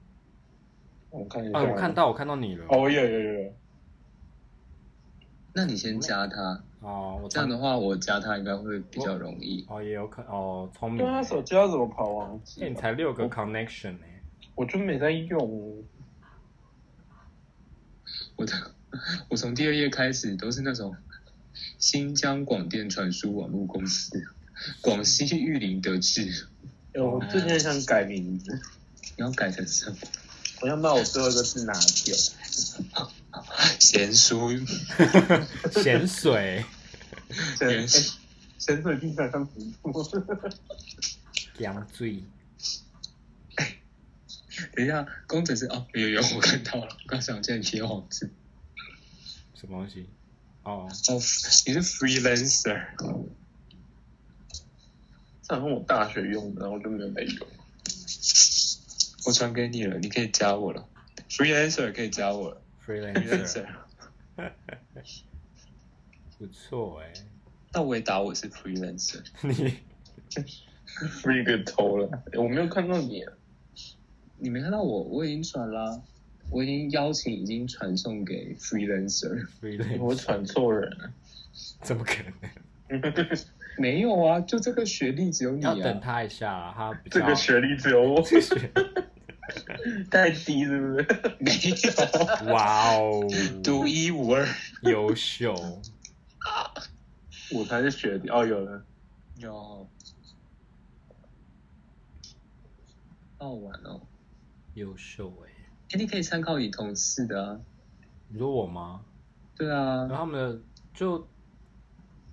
我看一下。
啊，我看。到，我看到你了。
哦，有有有有。
那你先加他，
哦，我
这样
聪
的话我加他应该会比较容易。
哦，也有可哦，聪明
对
耶。
啊，手机要怎么跑网址
那你
啊？
才六个 connection 呢、
我就没在用。啊
我的，我从第二页开始都是那种新疆广电传输网络公司，广西玉林得志，你
哎我最近想改名字，
要改成什么？
我想把我最后一个字拿掉。
贤淑，
咸水，
神神水听起来像 [laughs] 不错。
洋醉，
等一下，工程师哦，有有我看到了，我刚想叫你贴网址。
什么东西？哦，
哦，你是 freelancer，
这好像我大学用的，然后我就没有在用。
我传给你了，你可以加我了。Freelancer 可以加我了
freelancer，
，Freelancer。
不错哎、 [laughs]
那我也打我是 Freelancer。
你
free 个头了，我没有看到你。
你没看到我，我已经转啦，我已经邀请已经传送给 freelancer，
我
freelancer
传错人了。
怎么可能？
没有啊，就这个学历只有你
要等
啊，
他一下啦，他比较
这个学历只有我
学
太低，是不是？
没有，
哇哦，
独一无二。
优秀，
[laughs] 我才是学历哦，有了，
有，
好玩哦。
优秀哎、
哎，你可以参考你同事的啊，
你说我吗？
对啊
然，后他们的就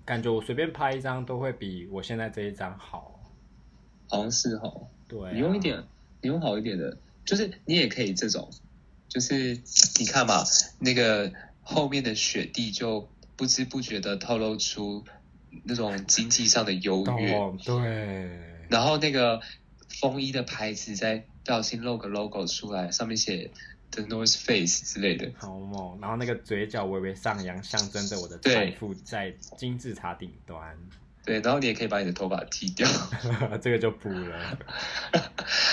感觉我随便拍一张都会比我现在这一张好。
好像是哦。
对、啊
你用一，点，你用好一点的，就是你也可以这种，
就是你看嘛，那个后面的雪地就不知不觉的透露出那种经济上的优越，
懂对，
然后那个风衣的牌子在不小心露个 logo 出来，上面写 The North Face 之类的。
好猛！然后那个嘴角微微上扬，象征着我的
对
财富在金字塔顶端。 [laughs]
对，然后你也可以把你的头发剃掉。 [laughs]
这个就补了，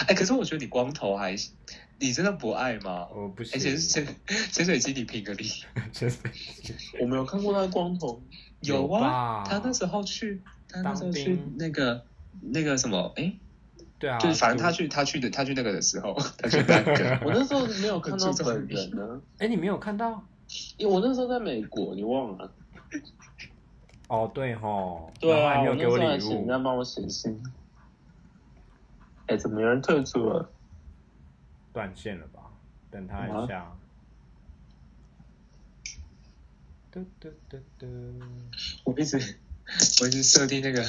哎、可是我觉得你光头还，你真的不爱吗？
我不
哎、
行。
潜潜潜水机你评个理，
[laughs] 潜水
我没有看过他光 [laughs] 头，
有
吧
啊，他那时候去，他那时
当
候
兵
去那个那个什么，哎、
对啊，
就是反正他
就
去他去的他去那个的时候， [laughs] 他去那个，[laughs]
我那时候没有看到本人呢，
哎，你没有看到？
因为我那时候在美国，你忘了？
哦，对吼，
对
然后
啊，
还没有
我那
给
时候还
礼
请人
物，
家帮我写信。哎，怎么有人退出了？
断线了吧？等他一下。
啊
嘟嘟嘟嘟，
我一直我一直设定那个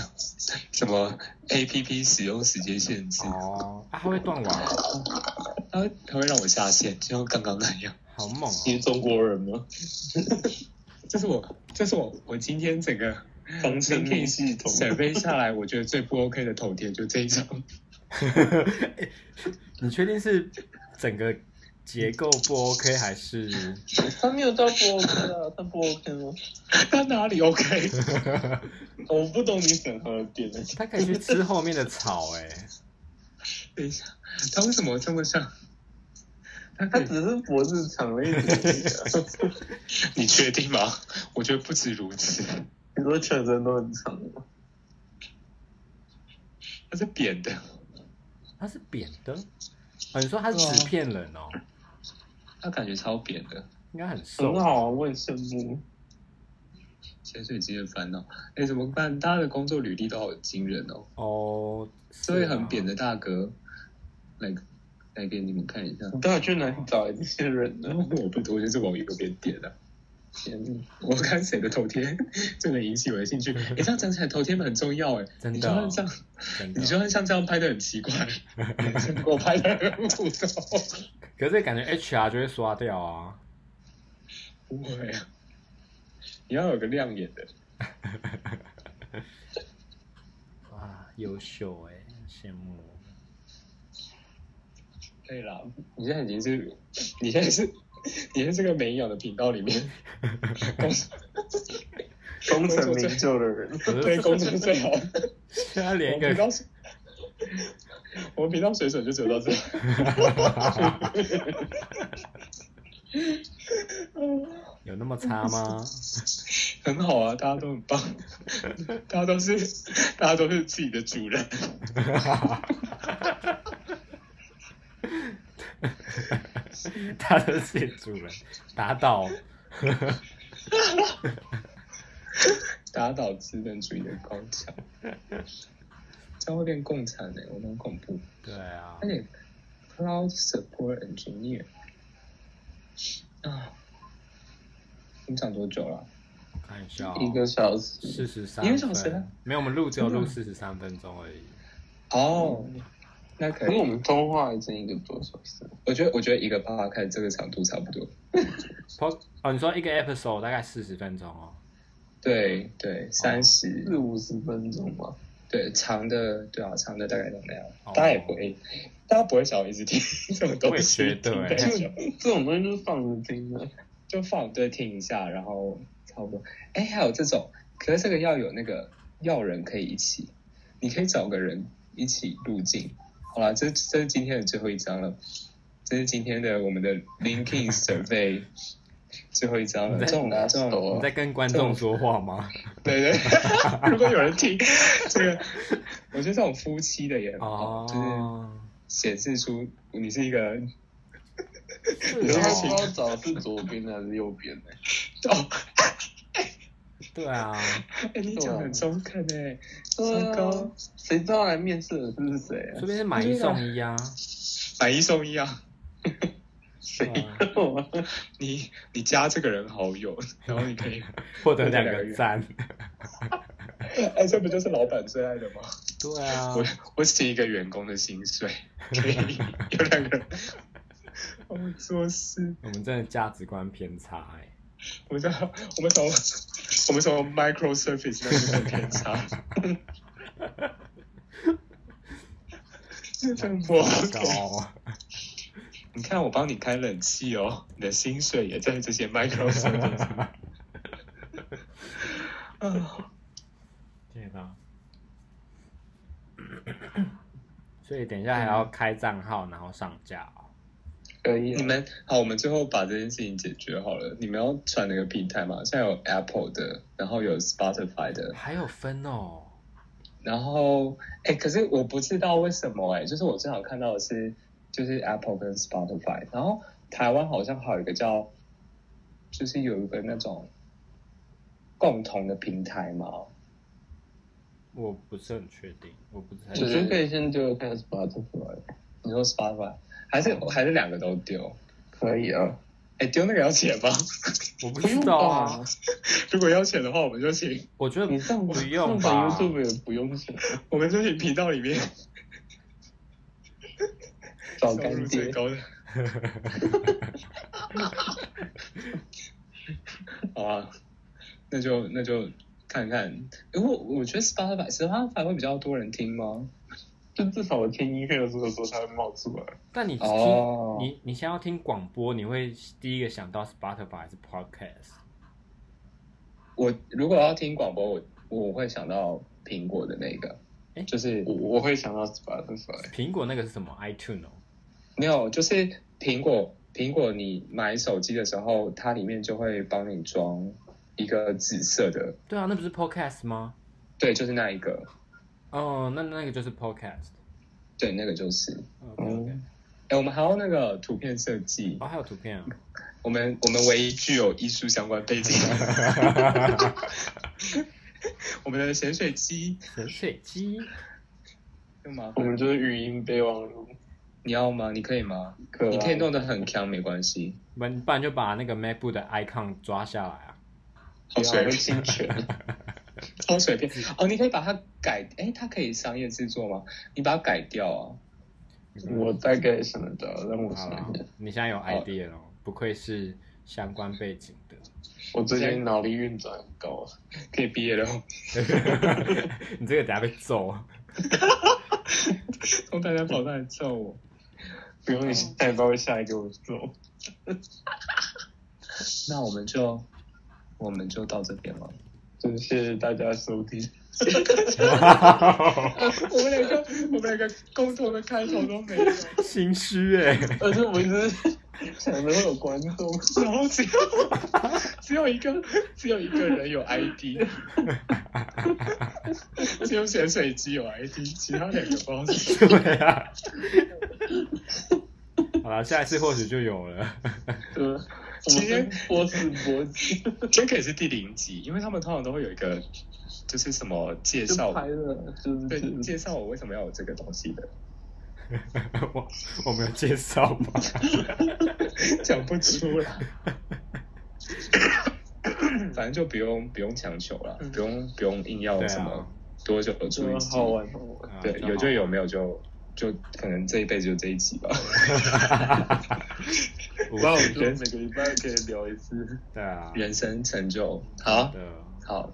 什么 A P P 使用时间限制，
哦，啊，他会断网，
他会他会让我下线，就像刚刚那样。
好猛
你
哦！
是中国人 [laughs] 吗？
这是我这是我我今天整个
防身密系统。
准备下来，我觉得最不 OK 的头贴就这一张。 [laughs]
[laughs] 你确定是整个结构不 OK 还是？
他没有到不 OK 啊，他不 OK 吗？
他哪里 OK？
我不懂你审核的点呢。
他可以去吃后面的草哎、
等一下，他为什么这么像？他
他
可以
只是脖子长了一点点啊，
你确定吗？我觉得不止如此，
很多全身都很长啊。
它是扁的，
它是扁的，哦，你说它是纸片人哦，
它感觉超扁的。
应该很瘦
很。好啊，我很羡慕。
潜水机的烦恼，哎，怎么办？大家的工作履历都好惊人哦。
哦，
这位很扁
的。
的大哥，来来给你们看一下。
你到底去哪里找这些人呢
[laughs] 然？后我不，我就是往右边点的、
天哪！
我看谁的头贴就能引起我的 [laughs] 兴趣。哎，这样讲起来，头贴们很重要哎。
真的
你就算这样，
真的
你就算像这样拍的很 [laughs] 奇怪，我拍的很普通。
可是感觉 HR 就会刷掉啊。
不会啊，你要有个亮眼的。
哇，优秀哎、羡慕。
对啦，你现在已经是，你现在是， [laughs] 你在这个没营养的频道里
[laughs]
面，工
功成名就的 [laughs] 人，哎
可
对
是
工作最好。
现在
我
连一
们频
个
道，我们频道水准就只有到这。
有那么差吗？ [laughs]
很好啊，大家都很棒，大家都是大家都是自己的主人。
他的自己主人打倒，
打倒资本主义的高墙，这样会变共产的、我们很恐怖。
对啊
而，且 cloud support engineer 啊，我们讲多久了？
我看一下、哦，
一个小时。
四十三，
一个小时了
没有，我们录只有录
真
四十三分钟而已。
哦，那可
可
嗯
是
以
我。们通话已经一个多小时了，
我觉得，我觉得一个 podcast 这个长度差不多。
Po 哦，你说一个 episode 大概四十分钟哦，
对对，三十、
四五十分钟吧。
对长的，对啊，长的大概都那样。
哦
大家也不会，大家不会想要一直听这种东西，
我也觉得
听 [laughs]
欸
太久
这种东西就是放着听的。
就放对听一下，然后差不多。哎，还有这种，可是这个要有那个要人可以一起，你可以找个人一起入境。好啦，这这是今天的最后一章了，这是今天的我们的 LinkedIn survey 最后一章了。这种这
你
种，
在跟观众说话吗？
对 [laughs] 对，如果有人听这个，我觉得这种夫妻的也很好，就是
哦，
显示出你是一个
是
你
然
现在请
后不知
哦，
道找的是左边的还是右边的。
哦，
对啊，
哎，你讲的很中肯哎，糟
对
糕
啊，谁知道来面试的是谁啊
说？不定是买一送一啊。
买一送一啊。
谁
对啊
[laughs] 你你加这个人好
[laughs]
友，然后你可以，
获得两个赞。
哎，这不就是老板最爱的吗？
对啊，
我我请一个员工的薪水，可以有两个人，我们做事，
[laughs] 我们真的价值观偏差哎、
我们知道我们从
[laughs]
我们从 micro [laughs] service 那边偏差，
气氛不 OK。
糟糕哦。
你看，我帮你开冷气哦，你的薪水也在这些
[laughs]
microsoft 啊。
天哪！所以等一下还要开账号，然后上架哦。
可以
你
啊，
们
好，我们最后把这件事情解决好了。你们要传哪个平台嘛？现在有 Apple 的，然后有 Spotify 的，
还有分哦，
然后哎，可是我不知道为什么哎，就是我正好看到的是就是 Apple 跟 Spotify，然后台湾好像还有一个叫，就是有一个那种共同的平台嘛，
我不是很确定，我不太
我
就
觉
是
得可以先丢看 Spotify，
你说 Spotify 还是还是两个都丢？
可以啊，
哎，丢那个要钱吗？ [laughs]
我不知道啊，
如果要钱的话，我们就请
我觉得
你上
不用吧
上 YouTube 也不用钱，
我们就请频道里面
找
收入
干
最
爹，
高的。
[laughs] 好啊，那就那就看看。如果我觉得 Spotify Spotify 会比较多人听吗？
就至少我听音乐的时候它会冒出来。
但你听、
哦
你你先要听广播，你会第一个想到 Spotify 还是 Podcast？
我如果要听广播，我我会想到苹果的那个
诶，
就是
我我会想到 Spotify，
苹果那个是什么 iTunes？、哦、
没有，就是苹果苹果你买手机的时候，它里面就会帮你装一个紫色的，
对啊，那不是 Podcast 吗？
对，就是那一个，
哦，那那个就是 Podcast。
对，那个就是。
OK OK，、
嗯
哎，我们还有那个图片设计，
哦，还有图片啊，
我们我们唯一具有艺术相关背景，
[laughs] 我们的咸水鸡
潜水机，
干嘛？
嗯
我们就是语音备忘录，
你要吗？你可以吗？
啊
可
你可以
以
弄得很强，没关系。
不然不然就把那个 MacBook 的 icon 抓下来啊。
好
水
随便，
侵权，
超随便
嗯
哦，你可以把它改，哎，它可以商业制作吗？你把它改掉
[laughs]
啊。
我大概想得到，让我
嗯好
想
了
一下。，
你现在有 idea 了，不愧是相关背景的。 [laughs]
我最近脑力运转很高啊，
可以毕业了，
你这个等下被揍。
从大家跑上来揍我。
不用你下一包下一个我做。
那我们就我们就到这边了。
就是谢谢大家收听，
[laughs] 我们两个，我们两个共同的开头都没有，
心虚哎、
[laughs] 而且我一直想着会有观众，
然后只有只有一个只有一个人有 ID，只有咸水鸡有 ID，其他两个不知道是谁
对啊。好了，下一次或许就有了。
[laughs] 对吧，我
今天
们是波斯波斯
这可以是第零集，因为他们通常都会有一个就是什么介
就
绍，
拍了，就是
对，
嗯
就是
介绍我为什么要有这个东西
[laughs]
的，
我我没有介绍吗？
讲不出
[laughs]
来。
反正就不用不用强求了，不用不用硬要
对
什
啊
么，多久的注
就
意
好玩好玩。
啊
对，
好
有就有，没有就就可能这一辈子就这一集吧。 [laughs]
无
那我
趣
觉得每个礼拜可以聊一次，
对啊，
人生成就，好
对啊
好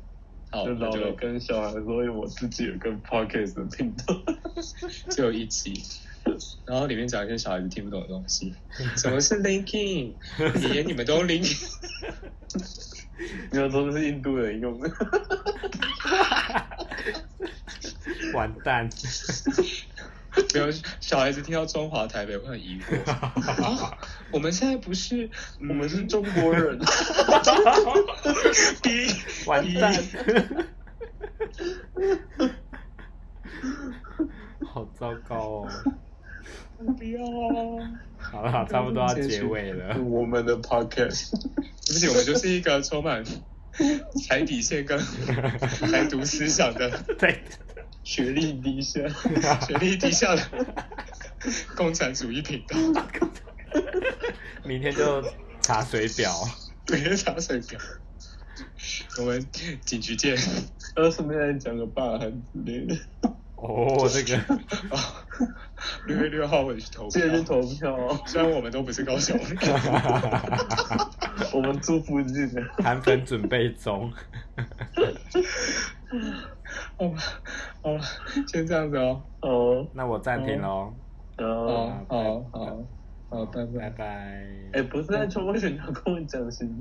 好，
就
那
老了
就
跟小孩说，我自己有个 podcast 的频 [laughs] 道，
就一集。 [laughs] 然后里面讲一些小孩子听不懂的东
[laughs]
西，什么是 linking？爷爷你们都 linking， [laughs]
没有都是印度人用的，
完蛋，
没有小孩子听到中华台北会很疑惑。啊我们现在不是
我们是中国 [laughs] 人，
第一
完蛋， [laughs] 好糟糕哦。
不要啊，
好了，差不多要结尾了
是。 [laughs] 我们的 podcast，
[laughs] 对不起，我们就是一个充满 [laughs] 踩底线跟 [laughs] 台独思想的
对，
学历低下， [laughs]
学历低下的共产主义频道，
明天就查水表。
每天查水表。我们警局
[laughs]
见，
然后顺便再讲个霸汉之类的，
[laughs] 哦，这个。 [laughs]
六月六号我去投
记
票。
得去投票哦，
虽然我们都不是高
[laughs]
雄人，
我们住附近的，
韩粉准备中，
好吧，好吧，先这样子哦。
哦，
那我暂停喽，
哦，
好好好，好，拜
拜
拜。
拜。
哎，不是在重播前你要跟我讲时间。